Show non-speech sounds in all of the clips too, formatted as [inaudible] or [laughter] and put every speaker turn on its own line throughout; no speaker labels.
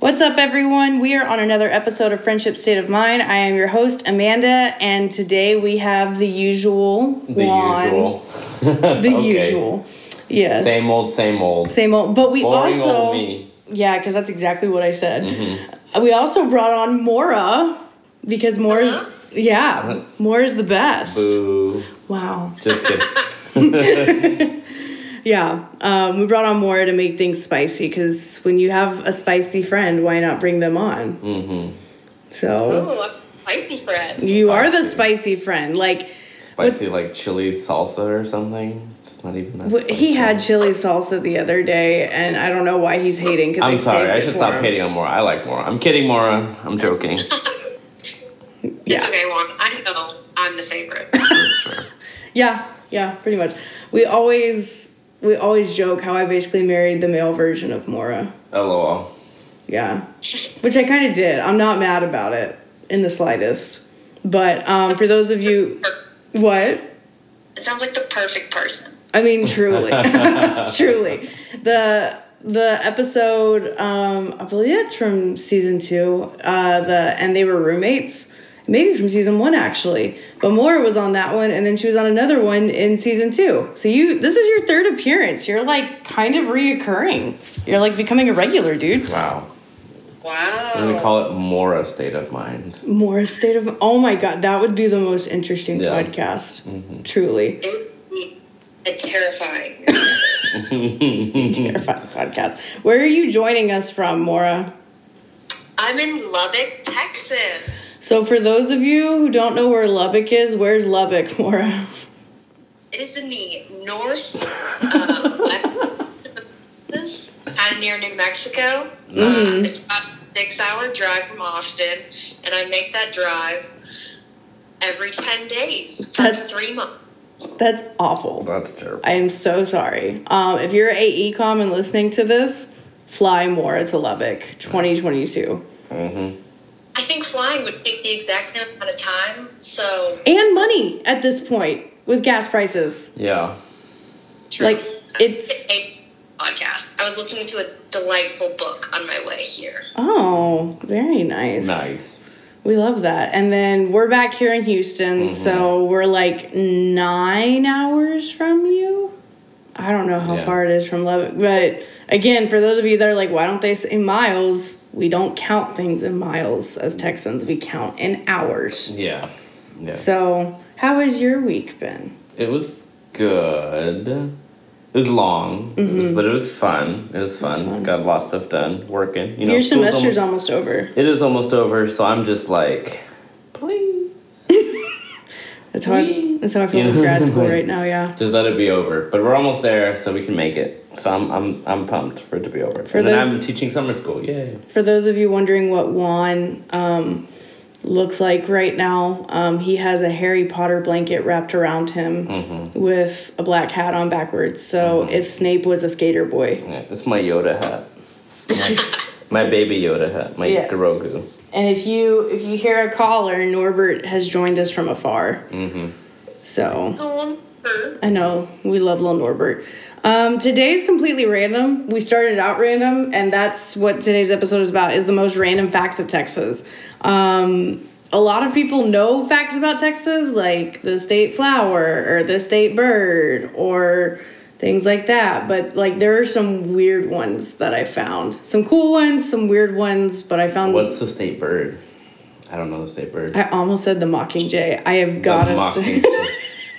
What's up, everyone? We are on another episode of Friendship State of Mind. I am your host, Amanda, and today we have the usual
The
lawn.
usual.
The
[laughs] Okay.
usual. Yes.
Same old, same old.
Same old. But we
Boring
also.
old me. Mm-hmm.
Yeah, because that's exactly what I said. We also brought on Mora because Mora's.
Huh?
Yeah, Mora's the best.
Boo.
Wow.
Just
[laughs]
kidding.
Yeah, um, we brought on Mora to make things spicy because when you have a spicy friend, why not bring them on? Mm-hmm. So
Ooh, a spicy for us.
you are the spicy friend. Like
Spicy like chili salsa or something. It's not even that.
wh- he
spicy.
had chili salsa the other day, and I don't know why he's hating. Cause I
I'm sorry.
saved
I
it
should
for
stop
him.
hating on Mora. I like Mora. I'm kidding, Mora.
[laughs]
I'm joking.
Yeah.
It's okay, Juan. I know I'm the favorite.
Yeah, yeah, pretty much. We always we always joke how I basically married the male version of Mora.
LOL.
Yeah. Which I kind of did. I'm not mad about it in the slightest. But um, for those of you what?
It sounds like the perfect person.
I mean truly. [laughs] truly. The the episode um I believe it's from season 2. Uh the and they were roommates. Maybe from season 1 actually. But Mora was on that one and then she was on another one in season 2. So you this is your third appearance. You're like kind of reoccurring. You're like becoming a regular dude.
Wow.
Wow.
I'm gonna call it Mora state of mind.
More state of oh my god, that would be the most interesting
Yeah.
podcast. Truly
it would be a terrifying.
terrifying podcast. Where are you joining us from, Mora?
I'm in Lubbock, Texas.
So for those of you who don't know where Lubbock is, where's Lubbock, [laughs] Mora?
It is in the north, um, left of Texas, kind of near New Mexico.
Mm-hmm.
Um, it's about a six-hour drive from Austin, and I make that drive every ten days for
That's-
three months.
That's awful.
That's terrible.
I am so sorry. Um, if you're a ecom and listening to this, fly Mora to Lubbock, 2022,
Mm-hmm.
I think flying would take the exact same amount of time, so
and money at this point with gas prices.
Yeah.
Like it's
it's a podcast. I was listening to a delightful book on my way here.
oh, very nice.
Nice.
We love that. And then we're back here in Houston,
Mm-hmm.
so we're like nine hours from you. I don't know how
Yeah.
far it is from Lubbock, but again, for those of you that are like, why don't they say miles? We don't count things in miles as Texans. We count in hours.
Yeah. Yeah.
So, how has your week been?
It was good. It was long, it
Mm-hmm.
was, but it was fun. It was fun. Got a lot of stuff done. Working. You know,
Your
school's
semester's almost
almost-
over.
It is almost over, so I'm just like, please,
That's how I, that's how I feel
You
with
know?
grad
[laughs]
school right now. Yeah.
just let it be over. But we're almost there, so we can make it. So I'm I'm I'm pumped for it to be over. and then
those-
I'm teaching summer school. Yay!
For those of you wondering what Juan um, looks like right now, um, he has a Harry Potter blanket wrapped around him with a black hat on backwards. So if Snape was a skater boy,
Yeah, it's my Yoda
[laughs]
hat. My, my baby Yoda hat. My
Yeah.
Grogu.
and if you if you hear a caller, Norbert has joined us from afar. Mm-hmm. So
Oh, I'm-
I know we love little Norbert. Um, today's completely random. We started out random, and that's what today's episode is about: is the most random facts of Texas. Um, a lot of people know facts about Texas, like the state flower or the state bird or things like that. But like, there are some weird ones that I found. Some cool ones, some weird ones. But I found
What's the state bird? I don't know the state bird.
I almost said the mockingjay. I have
The
got [laughs] to.
mocking-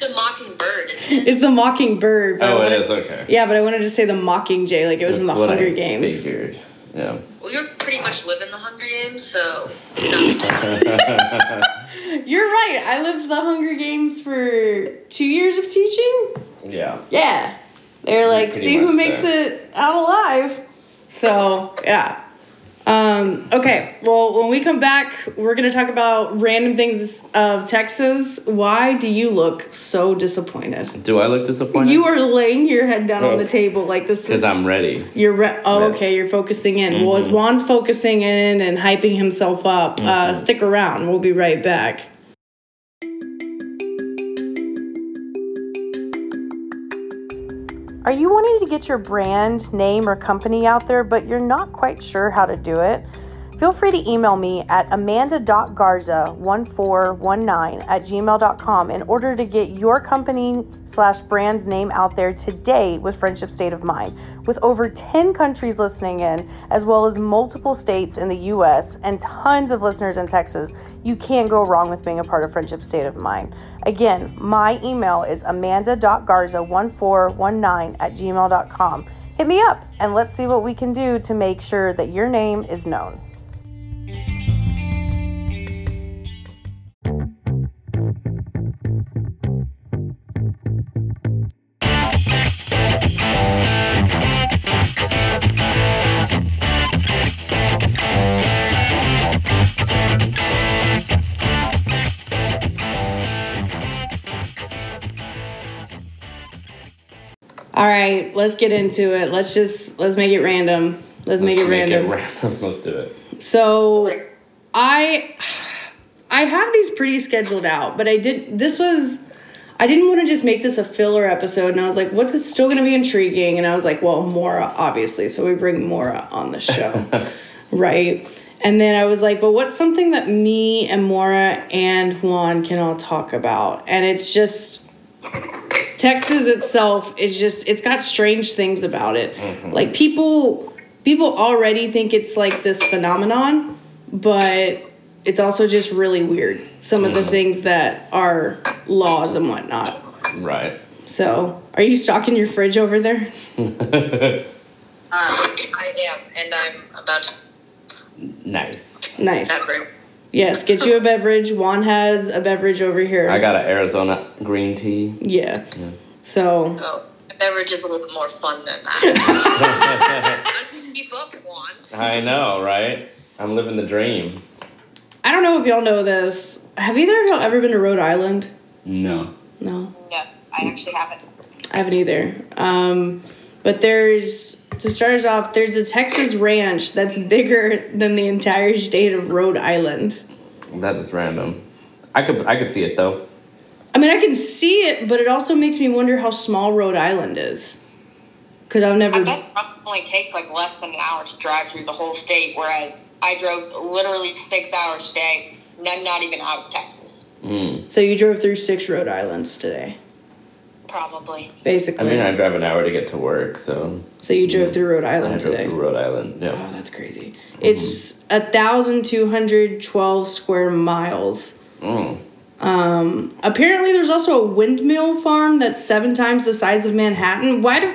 the mockingbird. isn't it?
it's the mockingbird. but I
oh, it
wanna-
is okay.
Yeah, but I wanted to say the Mockingjay, like it was
That's
from the
what I
Hunger Games.
Figured. Yeah.
We were pretty much living the Hunger Games, so no.
[laughs] You're right. I lived the Hunger Games for two years of teaching.
Yeah.
Yeah, they were like,
pretty
see who
much
makes
there.
it out alive. So yeah. Um, okay, well, when we come back, we're gonna talk about random things of Texas. Why do you look so disappointed?
Do I look disappointed?
You are laying your head down on the
Oh.
table like this is.
Because I'm ready.
You're re- oh,
Right.
okay. You're focusing in. Well, as Juan's focusing in and hyping himself up, uh, stick around. We'll be right back. Are you wanting to get your brand, name, or company out there, but you're not quite sure how to do it? Feel free to email me at amanda.garza1419 at gmail.com in order to get your company slash brand's name out there today with Friendship State of Mind, with over 10 countries listening in, as well as multiple states in the US and tons of listeners in Texas. You can't go wrong with being a part of Friendship State of Mind. Again, my email is amanda.garza1419 at gmail.com. Hit me up and let's see what we can do to make sure that your name is known. All right, let's get into it. Let's just let's make it random. Let's, make it
Let's
random.
random. [laughs] Let's do it.
So I I have these pretty scheduled out, but I did this was I didn't want to just make this a filler episode and I was like, what's it still gonna be intriguing? And I was like, well, Mora, obviously. So we bring Mora on the show. right. And then I was like, but what's something that me and Mora and Juan can all talk about? And it's just Texas itself is just it's got strange things about it. Like people people already think it's like this phenomenon, but it's also just really weird. Some of the things that are laws and whatnot.
Right.
So, are you stocking your fridge over there?
um, I am, and I'm about to
Nice.
Nice.
that room.
Yes, get you a beverage. Juan has a beverage over here.
I got an Arizona green tea.
yeah. So,
Oh, the beverage is a little bit more fun than that. I can keep up one.
I know, right? I'm living the dream.
I don't know if y'all know this. Have either of y'all ever been to Rhode Island?
No.
No.
No, I actually haven't.
I haven't either. Um, but there's to start us off, there's a Texas ranch that's bigger than the entire state of Rhode Island.
That is random. I could I could see it though.
I mean, I can see it, but it also makes me wonder how small Rhode Island is. Cause I've
I
never.
bet it only takes like less than an hour to drive through the whole state, whereas I drove literally six hours today, and I'm not even out of Texas.
So you drove through six Rhode Islands today,
Probably.
I
basically.
mean, I drive an hour to get to work, so
so you drove through Rhode
I
Island
drove
today.
to Rhode Mm-hmm. Island.
Oh,
Yeah.
that's crazy. It's a thousand two hundred twelve square miles.
Mm.
Apparently, there's also a windmill farm that's seven times the size of Manhattan. Why do?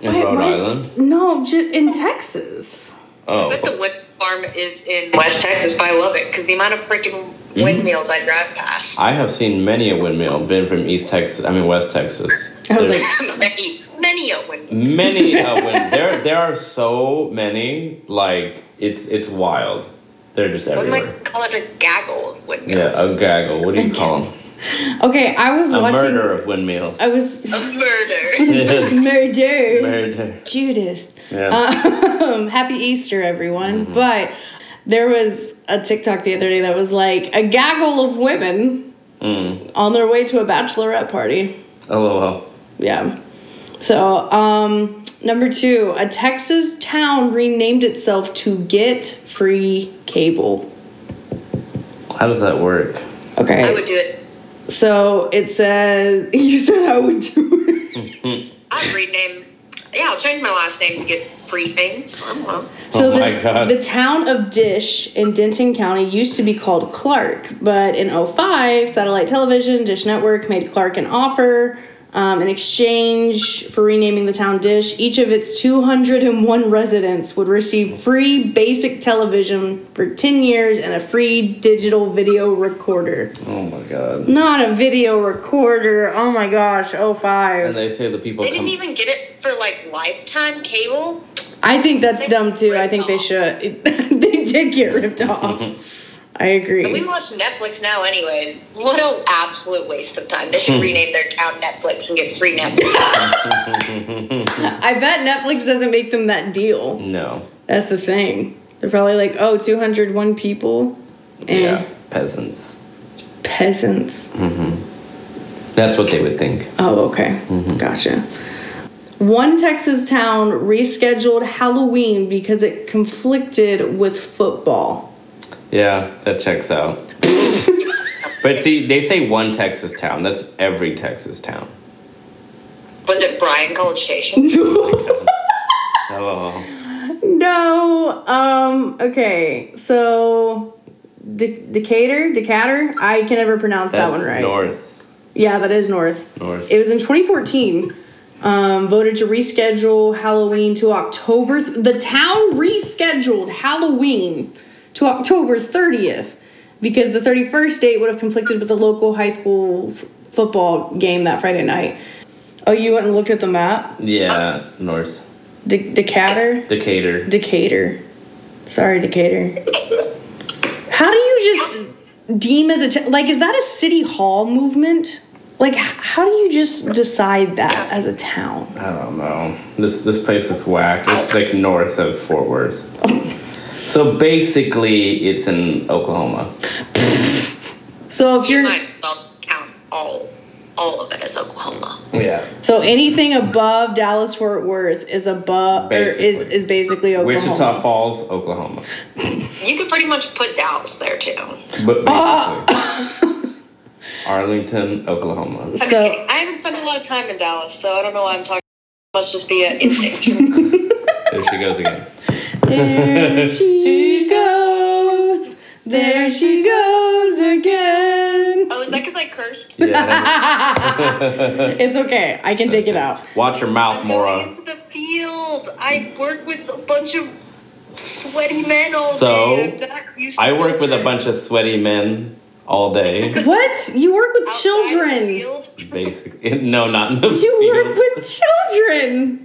In
why-
Rhode
why-
Island?
No, ju- in Texas.
But
Oh,
the wind farm is in West Texas, but I love it because the amount of freaking windmills I drive past.
I have seen many a windmill. Been from East Texas. I mean West Texas.
I was
There's
like,
[laughs] many, many a windmill.
[laughs]
many a wind. There there are so many. Like it's it's wild. They're just
What might
everywhere.
call it a gaggle of windmills?
Yeah, a gaggle. What do you call
[laughs]
them?
okay, I was
A
watching.
murder of windmills. [laughs]
I was [laughs]
A murder.
Yeah,
murder.
murder.
Judas.
Yeah.
Um, happy Easter,
Mm-hmm.
everyone. But there was a TikTok the other day that was like a gaggle of women
Mm.
on their way to a bachelorette party.
Oh, LOL.
Yeah. So, um, number two, a Texas town renamed itself to get free cable.
How does that work?
Okay.
I would do it.
so it says, [laughs] you said I would do it.
I'd rename. Yeah, I'll change my last name to get free things. I don't know.
So
Oh my
the,
God.
the town of Dish in Denton County used to be called Clark, but in 05, satellite television, Dish Network made Clark an offer um, in exchange for renaming the town Dish. Each of its 201 residents would receive free basic television for 10 years and a free digital video recorder.
Oh my god.
Not a video recorder. Oh my gosh, 05.
And they say the people
They
come.
didn't even get it for like lifetime cable.
I think that's dumb too. I think they should. [laughs] they did get ripped
[laughs]
off. I agree.
But we watch Netflix now, anyways. What an absolute waste of time. They
Hmm.
should rename their town Netflix and get free Netflix.
I bet Netflix doesn't make them that deal.
no.
That's the thing. They're probably like, oh, 201 people and
Yeah. Peasants.
peasants.
That's what they would think. Mm-hmm.
Oh, okay. Gotcha. One Texas town rescheduled Halloween because it conflicted with football.
Yeah, that
[laughs]
checks out. but see, they say one Texas town. That's every Texas town.
Was it Bryan
[laughs]
College Station?
Oh,
No. Um. Okay. So, D- Decatur, Decatur. I can never pronounce
that's
that one right.
north.
Yeah, that is north.
North.
It was in 2014. Um, voted to reschedule Halloween to October. Th- the town rescheduled Halloween to October 30th because the 31st date would have conflicted with the local high school's football game that Friday night. Oh, you went and looked at the map?
Yeah, north.
De- Decatur?
Decatur.
Decatur. Sorry, Decatur. How do you just deem as a t- like? Is that a city hall movement? Like, h- how do you just decide that as a town?
I don't know. This this place is whack. It's like north of Fort Worth. so basically, it's in Oklahoma.
So if
you
you're
might as well count all, all of it as Oklahoma.
Yeah.
so anything above Dallas Fort Worth is above or is
Basically.
is basically Oklahoma.
Wichita Falls, Oklahoma.
You could pretty much put Dallas there too.
But basically,
Ah!
Arlington, Oklahoma.
I'm just
So-
kidding. I haven't spent a lot of time in Dallas, so I don't know why I'm talking. Must just be an instinct.
[laughs]
There she goes again.
There
[laughs]
she goes. There she goes again. [laughs]
oh, is that because I cursed?
Yeah. that
It's okay. I can take it out. [laughs]
was- Watch your mouth,
I'm going
Mora.
into the field. I work with a bunch of sweaty men all
So,
day. I'm not used to
I work with a
culture.
bunch of sweaty men
[laughs]
all day.
What? You work with
Outside the
children.
field?
Basically, [laughs] no, not in the
You
field.
work with children.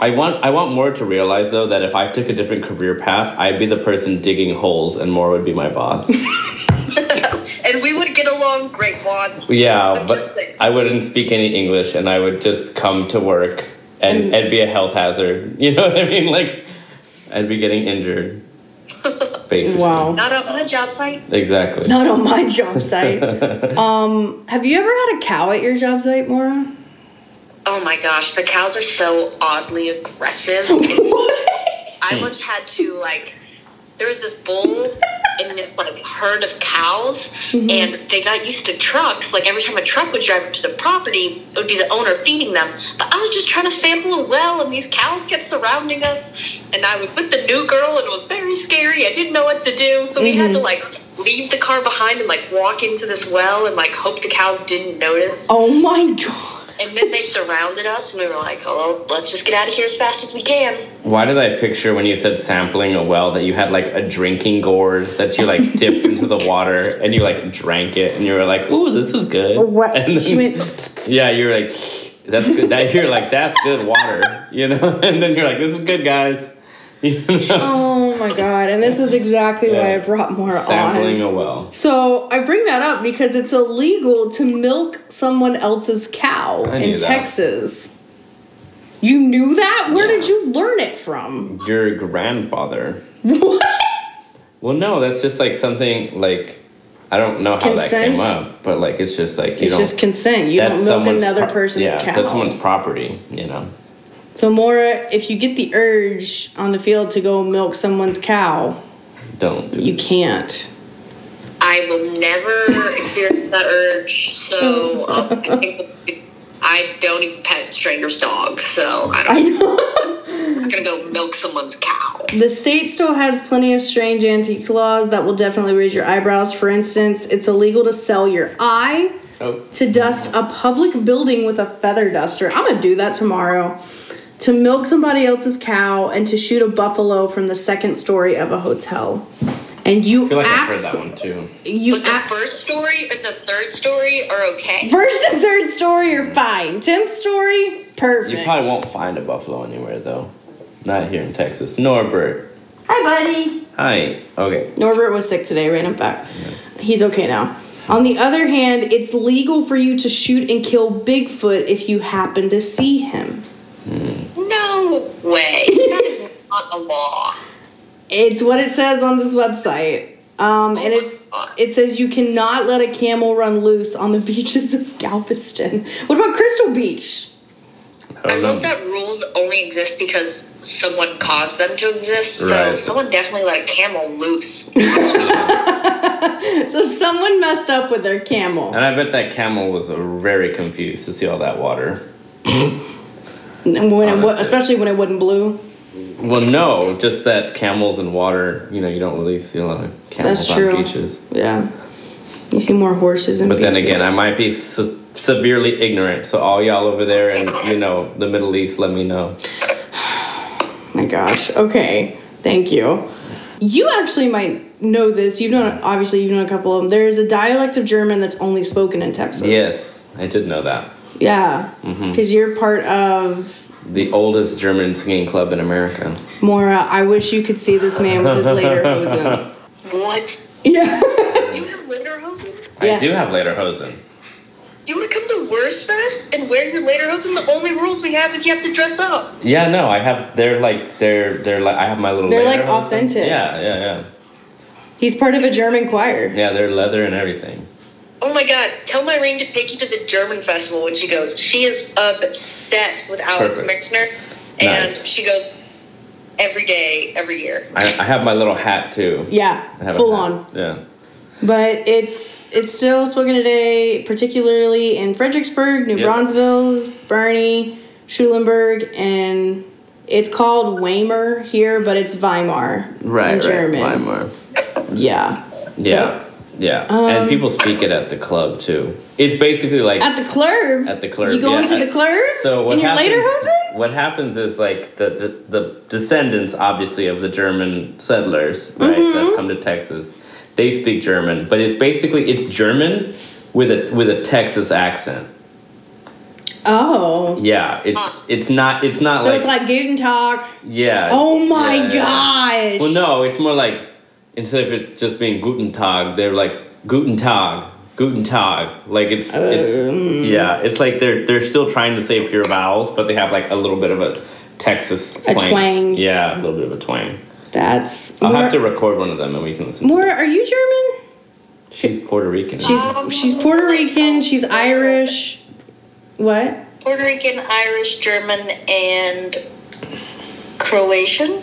I want I want Mora to realize though that if I took a different career path, I'd be the person digging holes, and Mora would be my
[laughs]
boss.
And we would get along great, Juan.
yeah,
I'm just
but
saying.
I wouldn't speak any English, and I would just come to work
Mm.
and and be a health hazard. [laughs] You know what I mean? Like, I'd be getting
[laughs]
injured. Basically.
Wow.
Not on a job site.
Exactly.
Not on my job
[laughs]
site. um, have you ever had a cow at your job site, Mora?
Oh my gosh, the cows are so oddly aggressive. [laughs] I once had to like there was this bull in this like herd of cows and they got used to trucks. Like every time a truck would drive up to the property, it would be the owner feeding them. But I was just trying to sample a well and these cows kept surrounding us and I was with the new girl and it was very scary. I didn't know what to do, so we had to like leave the car behind and like walk into this well and like hope the cows didn't notice.
Oh my god.
And then they surrounded us, and we were like, "Oh, let's just get out of here as fast as we can."
Why did I picture when you said sampling a well that you had like a drinking gourd that you like dipped into the water and you like drank it and you were like, "Ooh, this is good."
What?
And
She
then-
went,
Yeah, you're like, that's good. That you're like, that's good water, you know. [laughs] And then you're like, this is good, guys. [laughs] You know?
oh my god. And this is exactly why I
Yeah.
brought Mora
Sampling
on.
a well.
So I bring that up because it's illegal to milk someone else's cow
I
in
knew that.
Texas. You knew that? Where
Yeah.
did you learn it
[laughs]
from?
Your grandfather.
What?
Well, no, that's just like something like I don't know how that
Consent?
came up, but like it's just like you
It's
don't.
just consent. You
that's
don't milk
someone's
another
pro-
person's
yeah,
cow.
that's someone's property, you know.
So, Mora, if you get the urge on the field to go milk someone's cow,
Don't do.
you
it.
can't. [laughs]
I will never experience that urge, so um, I think I don't even pet strangers' dogs, so I don't,
I know.
I'm not gonna go milk someone's cow.
the state still has plenty of strange antiques laws that will definitely raise your eyebrows. For instance, it's illegal to sell your eye
Oh.
to dust a public building with a feather duster. I'm gonna do that tomorrow. To milk somebody else's cow and to shoot a buffalo from the second story of a hotel. And you
I feel like I've heard
abs-
that one too.
you
But the
abs-
first story and the third story are okay.
First and third story are fine. Tenth story, perfect.
You probably won't find a buffalo anywhere though. Not here in Texas. Norbert.
Hi, buddy.
Hi. Okay.
Norbert was sick today, random fact. He's okay now. On the other hand, it's legal for you to shoot and kill Bigfoot if you happen to see him.
No way. That is not a law.
It's what it says on this website. Um, and it's, it says you cannot let a [laughs] camel run loose on the beaches of Galveston. What about Crystal Beach?
I
I
don't
love
know.
that rules only exist because someone caused them to exist. So
Right.
someone definitely let a camel loose.
So someone messed up with their camel.
And I bet that camel was uh, very confused to see all that water.
And when it, wa-
honestly.
especially when it wouldn't blue.
Well, no, just that camels and water. You know, you don't really see a lot of camels
That's true.
on beaches.
Yeah. You see more horses and
But then again, I might be se- severely ignorant. So all y'all over there and you know the Middle East, let me know.
my gosh. Okay. Thank you. You actually might know this. You've known obviously you've known a couple of them. There's a dialect of German that's only spoken in Texas.
Yes, Mm-hmm. I did know that.
Yeah. Because you're part of
The oldest German singing club in America.
Mora. I wish you could see this man with his
[laughs]
lederhosen.
what?
Yeah. [laughs]
You have lederhosen?
Yeah.
I do have lederhosen.
You would come to Worst Fest and wear your lederhosen? The only rules we have is you have to dress up.
Yeah, no, I have. They're like they're they're like I have my little.
They're, like,
lederhosen.
authentic.
Yeah, yeah, yeah,
He's part of a German choir.
yeah. They're leather and everything.
Oh my god, tell my ring to take you to the German festival when she goes. She is obsessed with Alex
Perfect.
Mixner. And
Nice.
she goes every day, every year.
I, I have my little hat too. I
Yeah.
have a
Full
hat.
on.
Yeah.
But it's it's still spoken today, particularly in Fredericksburg, New
Yep.
Braunfels, Bernie, Schulenburg, and it's called Weimar here, but it's Weimar in German.
Weimar.
Yeah.
Yeah. yeah. and people speak it at the club too. It's basically like
um, At the club.
At the club,
You go
yeah.
into the club.
so what
in your
happens,
lederhosen.
What happens is like the, the the descendants obviously of the German settlers, right,
Mm-hmm.
that come to Texas, they speak German, but it's basically it's German with a with a Texas accent.
Oh.
Yeah, it's it's not it's not
So
like,
it's like Guten Tag.
yeah.
Oh my
yeah, yeah, yeah.
gosh.
Well, no, it's more like instead of it just being Guten Tag, they're like Guten Tag, Guten Tag. Like it's
Uh, mm.
it's yeah, it's like they're they're still trying to say pure vowels, but they have like a little bit of a Texas
A twang.
Yeah, a little bit of a twang.
That's.
I'll
More,
have to record one of them and we can listen.
More, are you German?
She's Puerto Rican.
Um,
She's she's Puerto Rican. She's Irish. What?
Puerto Rican, Irish, German, and Croatian.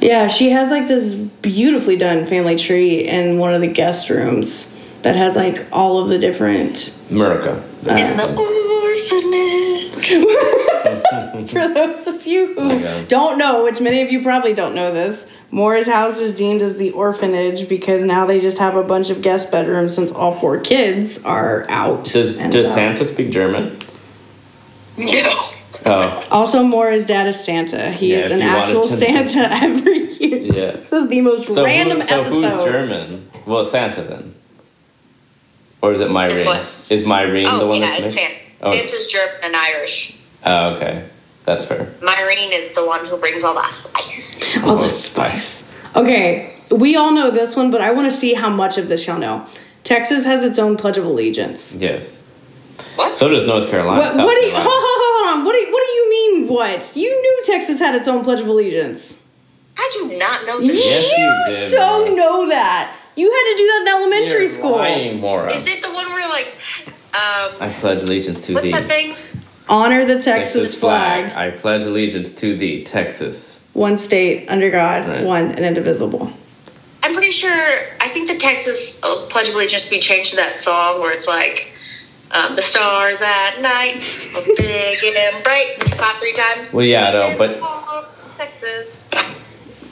Yeah, she has like this beautifully done family tree in one of the guest rooms that has like all of the different.
America.
In the orphanage.
[laughs]
Mm-hmm.
For those of you who
Okay.
don't know, which many of you probably don't know this, Moore's house is deemed as the orphanage because now they just have a bunch of guest bedrooms since all four kids are out.
Does
and uh,
does
about.
Santa speak German?
No.
Oh,
Also, Moore's dad is Santa. He
Yeah,
is
if
an
you wanted
actual
to know.
Santa
[laughs]
every year.
Yeah.
This is the most
so, who-
random
so who's
episode.
German? Well, Santa then. Or is it my
Is
ring?
what?
Is my ring the
Oh,
one
yeah,
that's
it's
mixed?
Santa.
Oh, it's-
Santa's German and Irish.
Oh, okay. That's fair.
Myrene is the one who brings all that spice.
All the Oh, spice. Okay, we all know this one, but I want to see how much of this y'all know. Texas has its own Pledge of Allegiance.
Yes.
What?
So does North Carolina.
What,
South
what do you, hold,
Carolina.
hold, hold on. What do, you- what do you mean, what? You knew Texas had its own Pledge of Allegiance.
I do not know
You
this.
Yes, you did,
so
Mara.
know that. You had to do that in elementary
You're
school.
lying, Mora.
Is it the one where like, um,
I pledge allegiance to
what's
thee.
that thing?
Honor the Texas, flag.
I pledge allegiance to thee, Texas.
One state under God,
Right.
one and indivisible.
I'm pretty sure. I think the Texas uh, Pledge of Allegiance be changed to that song where it's like, um, the stars at night are big [laughs] and bright. And you clap three times.
Well, yeah, I know, but-
Texas.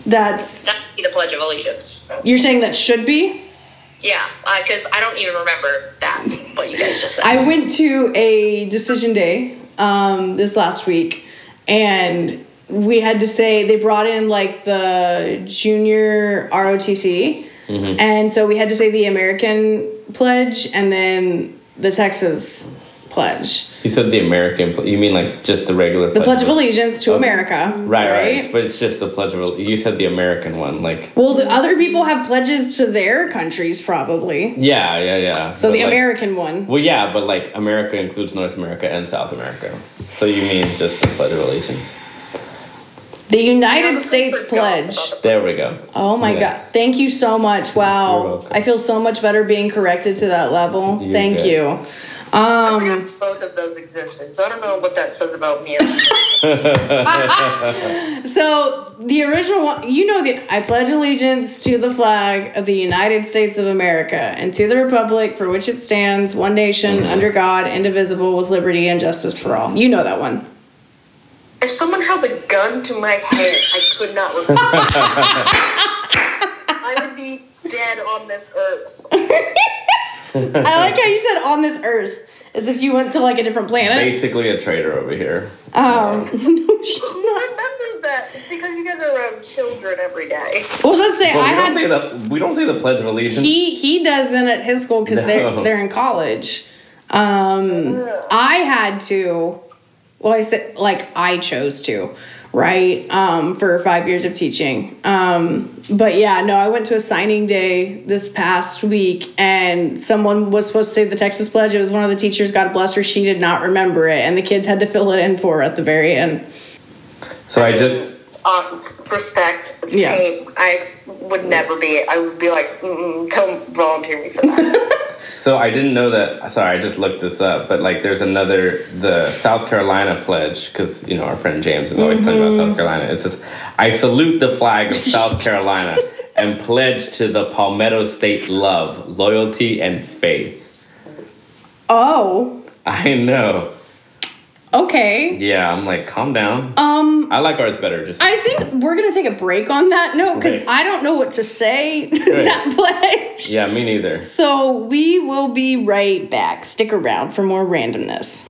That's
That would be the Pledge of Allegiance.
you're saying that should be.
Yeah, because I don't even remember that what you guys just said.
I went to a decision day um, this last week, and we had to say they brought in like the junior ROTC,
Mm-hmm.
and so we had to say the American pledge and then the Texas pledge,
You said the American. Ple- you mean like just the regular?
the Pledge of Allegiance to America,
Right, right, But it's just the pledge of. Alle- You said the American one, like.
Well, the other people have pledges to their countries, probably.
Yeah, yeah, yeah.
So
But,
the
like-
American one.
Well, yeah, but like America includes North America and South America. So you mean just the pledge of allegiance?
The
I
United
honestly
States
forgot about
Pledge.
the
There we go.
Oh my
Yeah.
God. Thank you so much. Wow.
welcome.
I feel so much better being corrected to that level.
You're
Thank
good.
you.
I forgot both of those existed, so I don't know what that says about me.
So the original one, you know, the I pledge allegiance to the flag of the United States of America and to the republic for which it stands, one nation
Mm-hmm.
under God, indivisible, with liberty and justice for all. You know that one.
if someone held a gun to my head, I could not refuse. I would be dead on this earth.
I like how you said on this earth, as if you went to like a different planet.
Basically, a traitor over here.
Um, [laughs] no, she's not.
Remember that it's because you guys are around children every day.
Well, let's say
Well,
I
we don't
had
say the we don't say the Pledge of Allegiance.
he he doesn't at his school because
No.
they're they're in college. Um, I had to. Well, I said like I chose to, right? Um, for five years of teaching. Um, but yeah, no, I went to a signing day this past week, and someone was supposed to say the Texas Pledge. It was one of the teachers. God bless her, she did not remember it, and the kids had to fill it in for her at the very end.
so I just
Um, respect.
Yeah.
Same. I would never be. I would be like, Mm-mm, don't volunteer me for that.
so I didn't know that. Sorry, I just looked this up. But like, there's another the South Carolina Pledge because you know our friend James is always talking about
Mm-hmm.
South Carolina. It says, "I salute the flag
[laughs]
of South Carolina and pledge to the Palmetto State love, loyalty, and faith."
Oh,
I know.
okay.
Yeah, I'm like, calm down.
Um,
I like ours better. Just
I think we're gonna take a break on that note because
Right.
I don't know what to say to that pledge.
yeah, me neither.
So we will be right back. Stick around for more randomness.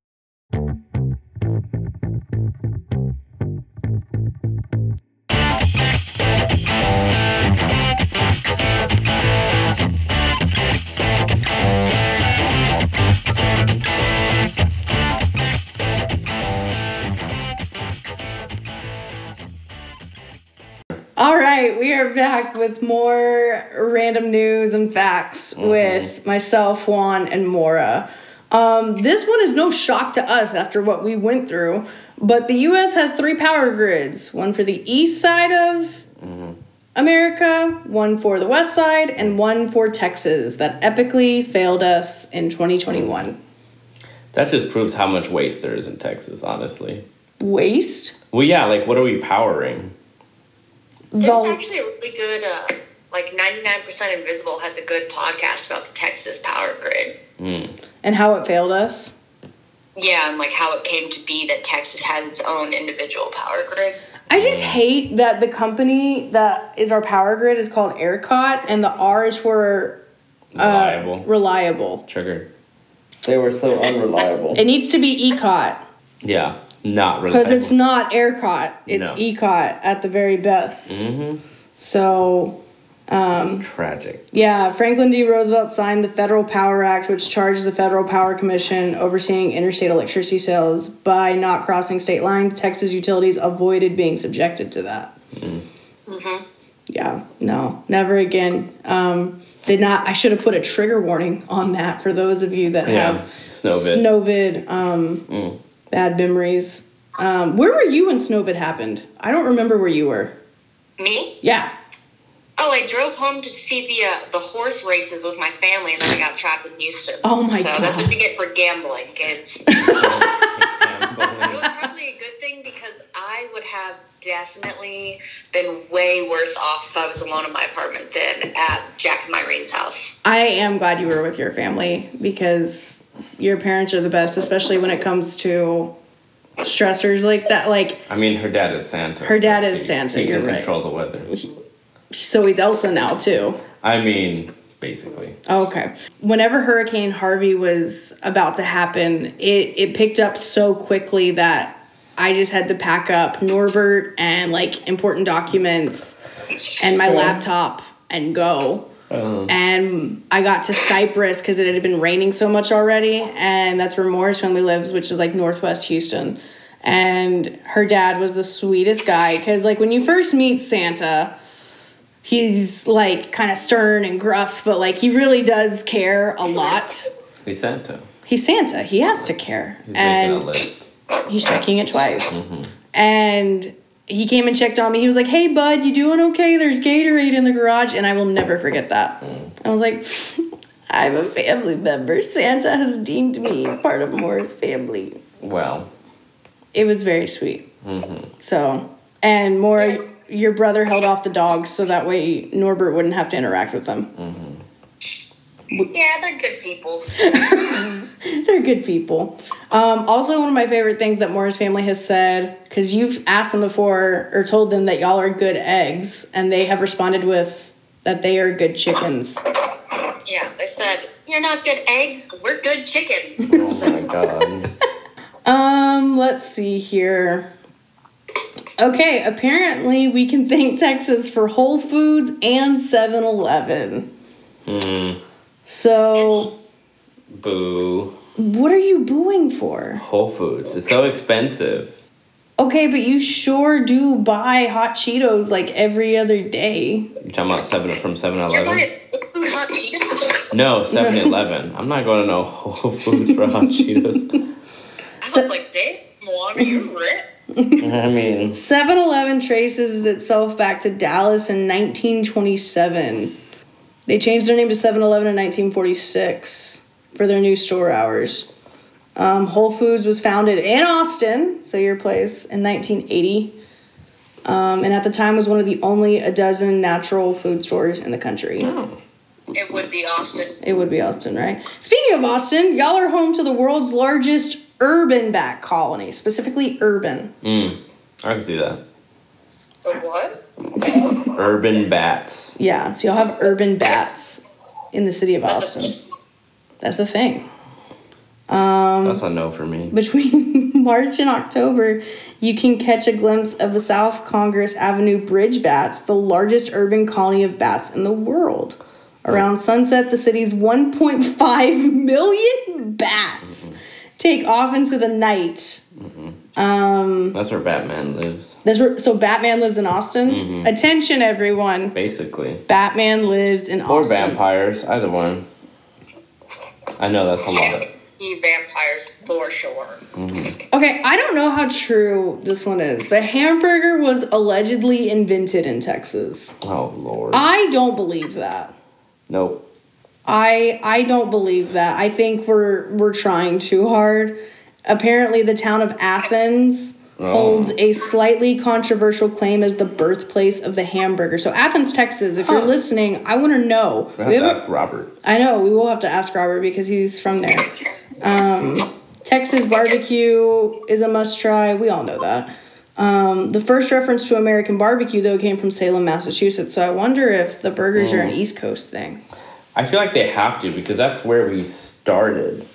All right, we are back with more random news and facts with myself, Juan, and Mora. Um, this one is no shock to us after what we went through, but the US has three power grids one for the east side of America, one for the west side, and one for Texas that epically failed us in 2021.
That just proves how much waste there is in Texas, honestly.
Waste?
Well, yeah, like what are we powering?
It's
The,
actually a really good, uh, like 99% Invisible has a good podcast about the Texas power grid.
and how it failed us?
Yeah, and like how it came to be that Texas has its own individual power grid.
I just hate that the company that is our power grid is called ERCOT and the R is for Uh,
Reliable.
reliable.
Trigger.
They were so unreliable.
It needs to be ECOT
Yeah, not really.
because it's not ERCOT, it's
No. Mm-hmm.
ECOT at the very best. So,
tragic.
yeah, Franklin D. Roosevelt signed the Federal Power Act, which charged the Federal Power Commission overseeing interstate electricity sales by not crossing state lines. Texas utilities avoided being subjected to that. yeah, no, never again. Um, did not. I should have put a trigger warning on that for those of you that
Yeah,
have
Snowvid.
Snowvid, um, bad memories. Um, where were you when Snowvid happened? I don't remember where you were.
Me?
Yeah.
Oh, I drove home to see the uh, the horse races with my family, and then I got trapped in Houston.
Oh my
So that's
God.
what you get for gambling, kids. It was probably a good thing because I would have definitely been way worse off if I was alone in my apartment than at Jack and Myrene's house.
I am glad you were with your family because your parents are the best, especially when it comes to stressors like that. Like,
[laughs] I mean, her dad is Santa.
Her dad
so
is
she-
Santa,
He
you're
can
right.
control the weather.
so he's Elsa now too.
I mean, basically.
Okay. Whenever Hurricane Harvey was about to happen, it, it picked up so quickly that I just had to pack up Norbert and like important documents and my laptop and go. And I got to Cyprus because it had been raining so much already. And that's where Morris family lives, which is like Northwest Houston. And her dad was the sweetest guy because, like, when you first meet Santa, he's like kind of stern and gruff, but like he really does care a lot.
He's Santa.
He's Santa. He has to care.
He's making a
and
list.
he's checking it twice. And he came and checked on me. He was like, "Hey, bud, you doing okay? There's Gatorade in the garage." And I will never forget that. I was like, [laughs] I'm a family member. Santa has deemed me part of Moore's family.
Well,
It was very sweet. So, and Moore, your brother held off the dogs so that way Norbert wouldn't have to interact with them.
Yeah, they're good people.
They're good people. Um, also, one of my favorite things that Moore's family has said, because you've asked them before or told them that y'all are good eggs, and they have responded with that they are good chickens.
Yeah, they said, You're not good eggs, we're good chickens.
oh my god.
Um, let's see here. Okay, apparently we can thank Texas for Whole Foods and 7 Eleven. So,
Hmm. Boo.
what are you booing for?
Whole Foods. It's so expensive.
Okay, but you sure do buy hot Cheetos like every other day.
You talking about seven from Seven
You're
Eleven?
buying food hot Cheetos.
No, Seven Eleven. I'm not going to no Whole Foods [laughs] for hot Cheetos.
I was like, Dave, Moana,
Mm-hmm.
you're rich.
I mean,
7 Eleven traces itself back to Dallas in 1927. They changed their name to 7 Eleven in 1946 for their new store hours. Um, Whole Foods was founded in Austin, so your place, in 1980. Um, and at the time was one of the only a dozen natural food stores in the country.
It would be Austin.
It would be Austin, right? Speaking of Austin, y'all are home to the world's largest urban bat colony, specifically urban.
I can see that.
The what?
Urban bats.
Yeah, so you'll have urban bats in the city of Austin. That's a thing.
That's a no for me.
Between [laughs] March and October, you can catch a glimpse of the South Congress Avenue bridge bats, the largest urban colony of bats in the world. Around sunset, the city's 1.5 million bats take off into the night
That's where Batman lives,
That's where, so Batman lives in Austin. Attention, everyone!
basically.
Batman lives in
Or
Austin.
vampires, either one. I know that's a lot.
You E vampires for sure.
Okay, I don't know how true this one is. The hamburger was allegedly invented in Texas.
Oh lord.
I don't believe that.
Nope.
I I don't believe that. I think we're we're trying too hard. Apparently, the town of Athens
Oh.
holds a slightly controversial claim as the birthplace of the hamburger. So Athens, Texas, if you're listening, I want to know.
I have
We
to
have a-
ask Robert.
I know we will have to ask Robert because he's from there. Um, Texas barbecue is a must try. We all know that. Um, the first reference to American barbecue though came from Salem, Massachusetts. So I wonder if the burgers are an East Coast thing.
I feel like they have to because that's where we started.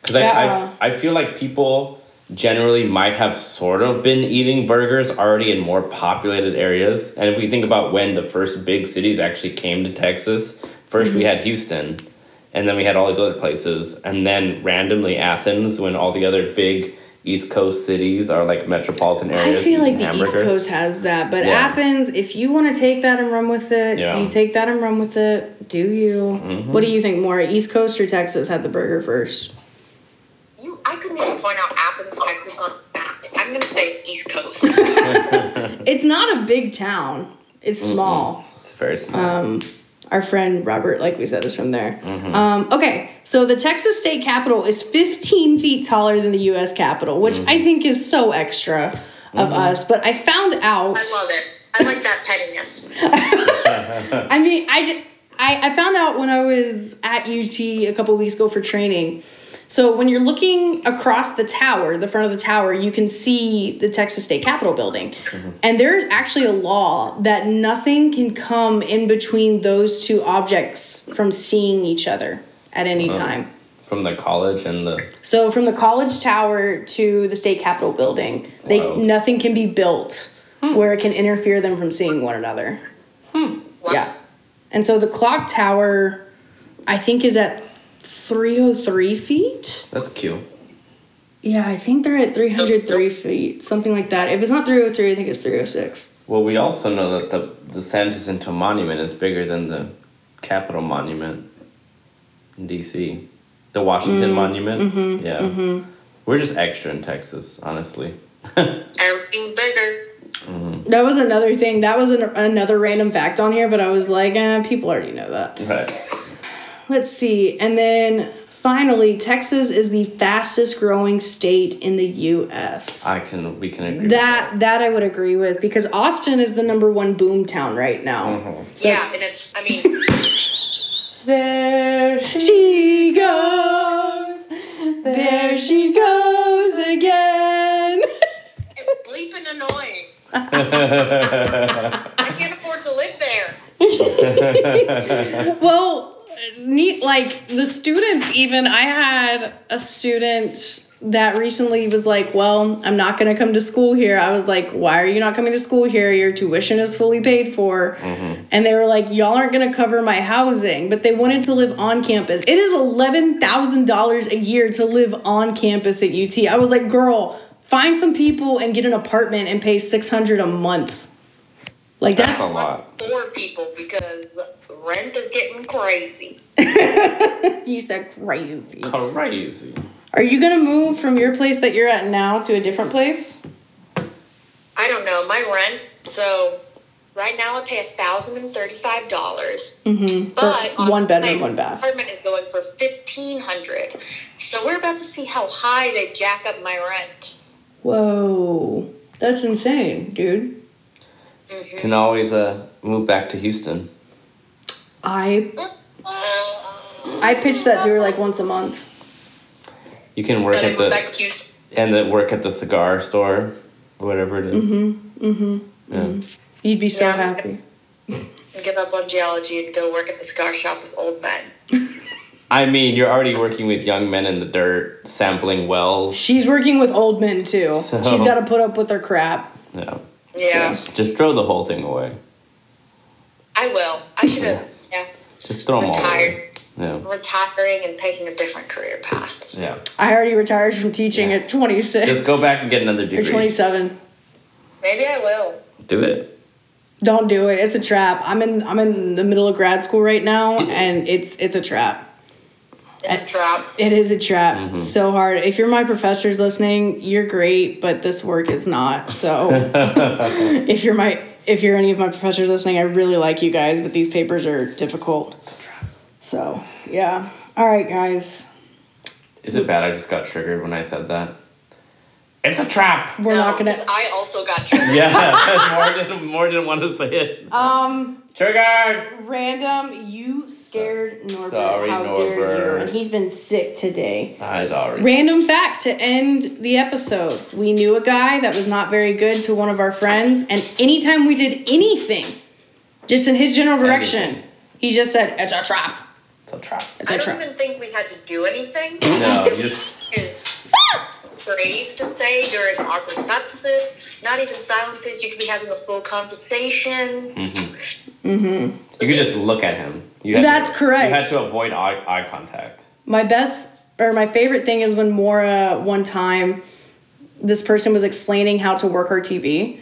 Because I,
Yeah.
I, I feel like people generally might have sort of been eating burgers already in more populated areas. And if we think about when the first big cities actually came to Texas, 1st we
Mm-hmm.
had Houston, and then we had all these other places, and then randomly Athens when all the other big East Coast cities are like metropolitan
I
areas.
feel like
eating
the East
hamburgers.
Coast has that, but
Yeah.
Athens, if you want to take that and run with it,
Yeah. Mm-hmm.
you take that and run with it. Do you? What do you think more, East Coast or Texas had the burger first?
You, I couldn't even point out Athens, Texas on the map. I'm gonna say it's East Coast.
It's not a big town. It's small.
It's very small.
Um, Our friend Robert, like we said, is from there. Um, okay, so the Texas state capitol is 15 feet taller than the U.S. capitol, which I think is so extra of us. But I found out.
I love it. I like that pettiness.
I mean, I, ju- I, I found out when I was at UT a couple weeks ago for training. So when you're looking across the tower, the front of the tower, you can see the Texas State Capitol building. And there's actually a law that nothing can come in between those two objects from seeing each other at any time.
From the college and the
So from the college tower to the state capitol building, they
Wow.
nothing can be built where it can interfere them from seeing one another. Yeah. And so the clock tower, I think, is at 303 feet.
that's cute.
Yeah, I think they're at 303 feet, something like that. If it's not 303, I think it's 306.
Well, we also know that the the San Jacinto Monument is bigger than the Capitol Monument in D.C. The
Mm,
Washington Monument.
mm-hmm,
yeah, we're just extra in Texas, honestly.
Everything's bigger.
That was another thing. That was an, another random fact on here, but I was like, eh, people already know that.
Right.
let's see. And then finally, Texas is the fastest growing state in the U.S.
I can we can agree. with
that that I would agree with because Austin is the number one boom town right now.
yeah, and it's, I mean,
There she goes. There she goes again. [laughs]
it's bleeping annoying.
that.
I can't afford to live there.
well, neat. Like the students, even I had a student that recently was like, "Well, I'm not going to come to school here." I was like, "Why are you not coming to school here? Your tuition is fully paid for."
Mm-hmm.
And they were like, "Y'all aren't going to cover my housing," but they wanted to live on campus. It is eleven thousand dollars a year to live on campus at UT. I was like, "Girl." Find some people and get an apartment and pay six hundred a month. Like
That's
that's,
a lot.
Poor people because rent is getting crazy.
you said crazy.
Crazy.
Are you gonna move from your place that you're at now to a different place?
I don't know my rent. So right now I pay a thousand and thirty-five dollars.
Mm-hmm.
But
For one bedroom,
my
one bath.
Apartment is going for fifteen hundred. So we're about to see how high they jack up my rent.
Whoa, that's insane, dude.
Can always uh, move back to Houston.
I I pitch that to her like once a month.
You can work
Gotta
at
move back
the
to Houston.
and then work at the cigar store, whatever it is.
Mm-hmm,
Yeah.
You'd be so
Yeah.
happy.
and Give up on geology and go work at the cigar shop with old men.
I mean, you're already working with young men in the dirt, sampling wells.
She's working with old men too.
So-
She's got to put up with their crap.
No,
Yeah,
just throw the whole thing away.
I will. I should have. Yeah,
Just throw them all
retired.
away. No.
Retiring and taking a different career path.
Yeah.
I already retired from teaching at 26.
Just go back and get another
You're
degree.
27.
Maybe I will.
Do it.
Don't do it. It's a trap. I'm in I'm in the middle of grad school right now, and it's it's a trap.
It's a trap.
It is a trap.
Mm-hmm.
So hard. If you're my professors listening, you're great, but this work is not.
[laughs]
So if you're my if you're any of my professors listening, I really like you guys, but these papers are difficult. So yeah. All right, guys.
Is it bad? I just got triggered when I said that. It's a trap.
We're
No,
not
'cause
gonna.
I also got
[laughs]
[laughs]
triggered.
Yeah. more didn't more didn't want to say it.
Um,
Triggered.
random. You scared Norbert.
Sorry,
How dare
Norbert.
you? And he's been sick today.
I already.
Random fact to end the episode. We knew a guy that was not very good to one of our friends, and anytime we did anything, just in his general direction,
Anything.
he just said, It's a trap.
It's a trap.
It's
I
a
don't
trap.
even think we had to do anything.
No,
[laughs]
It
you
was
just-
his phrase to say during awkward silences. Not even silences. You could be having a full conversation.
You could just look at him. You had
That's
to,
correct.
You had to avoid eye, eye contact.
My best or my favorite thing is when Mora one time this person was explaining how to work her TV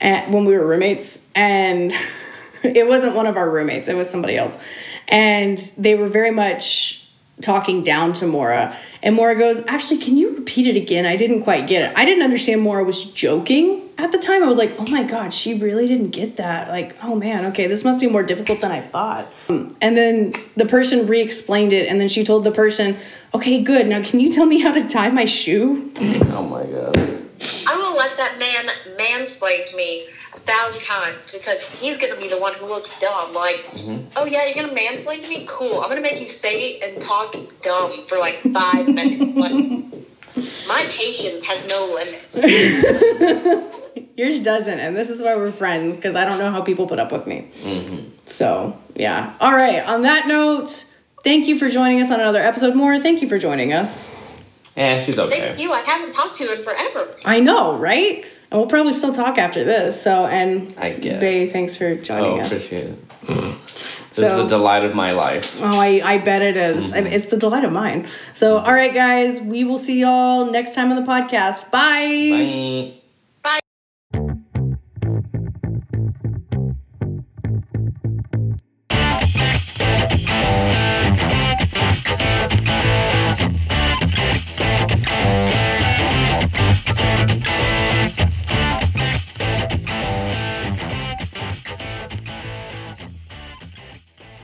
and when we were roommates and [laughs] it wasn't one of our roommates, it was somebody else. And they were very much talking down to Mora. And Mora goes, Actually, can you repeat it again? I didn't quite get it. I didn't understand Mora was joking at the time. I was like, Oh my God, she really didn't get that. Like, oh man, okay, this must be more difficult than I thought. Um, And then the person re explained it. And then she told the person, Okay, good. Now, can you tell me how to tie my shoe?
Oh my god.
I will let that man mansplain to me a thousand times because he's gonna be the one who looks dumb. Like, oh yeah, you're gonna mansplain to me? Cool. I'm gonna make you say it and talk dumb for like five minutes. Like, my patience has no limits.
Yours doesn't, and this is why we're friends because I don't know how people put up with me.
Mm-hmm.
So yeah. All right. On that note, thank you for joining us on another episode. More, thank you for joining us.
Yeah, Eh, she's
Thank
okay.
you. I haven't talked to you in forever.
I know, right? And we'll probably still talk after this. So and
I guess.
Bay, thanks for joining
Oh,
us.
appreciate it. This is
So-
the Mm-hmm. delight of my life.
Oh, I, I bet it is. I- it's the delight of mine. So all right, guys, we will see y'all next time on the podcast. Bye.
Bye.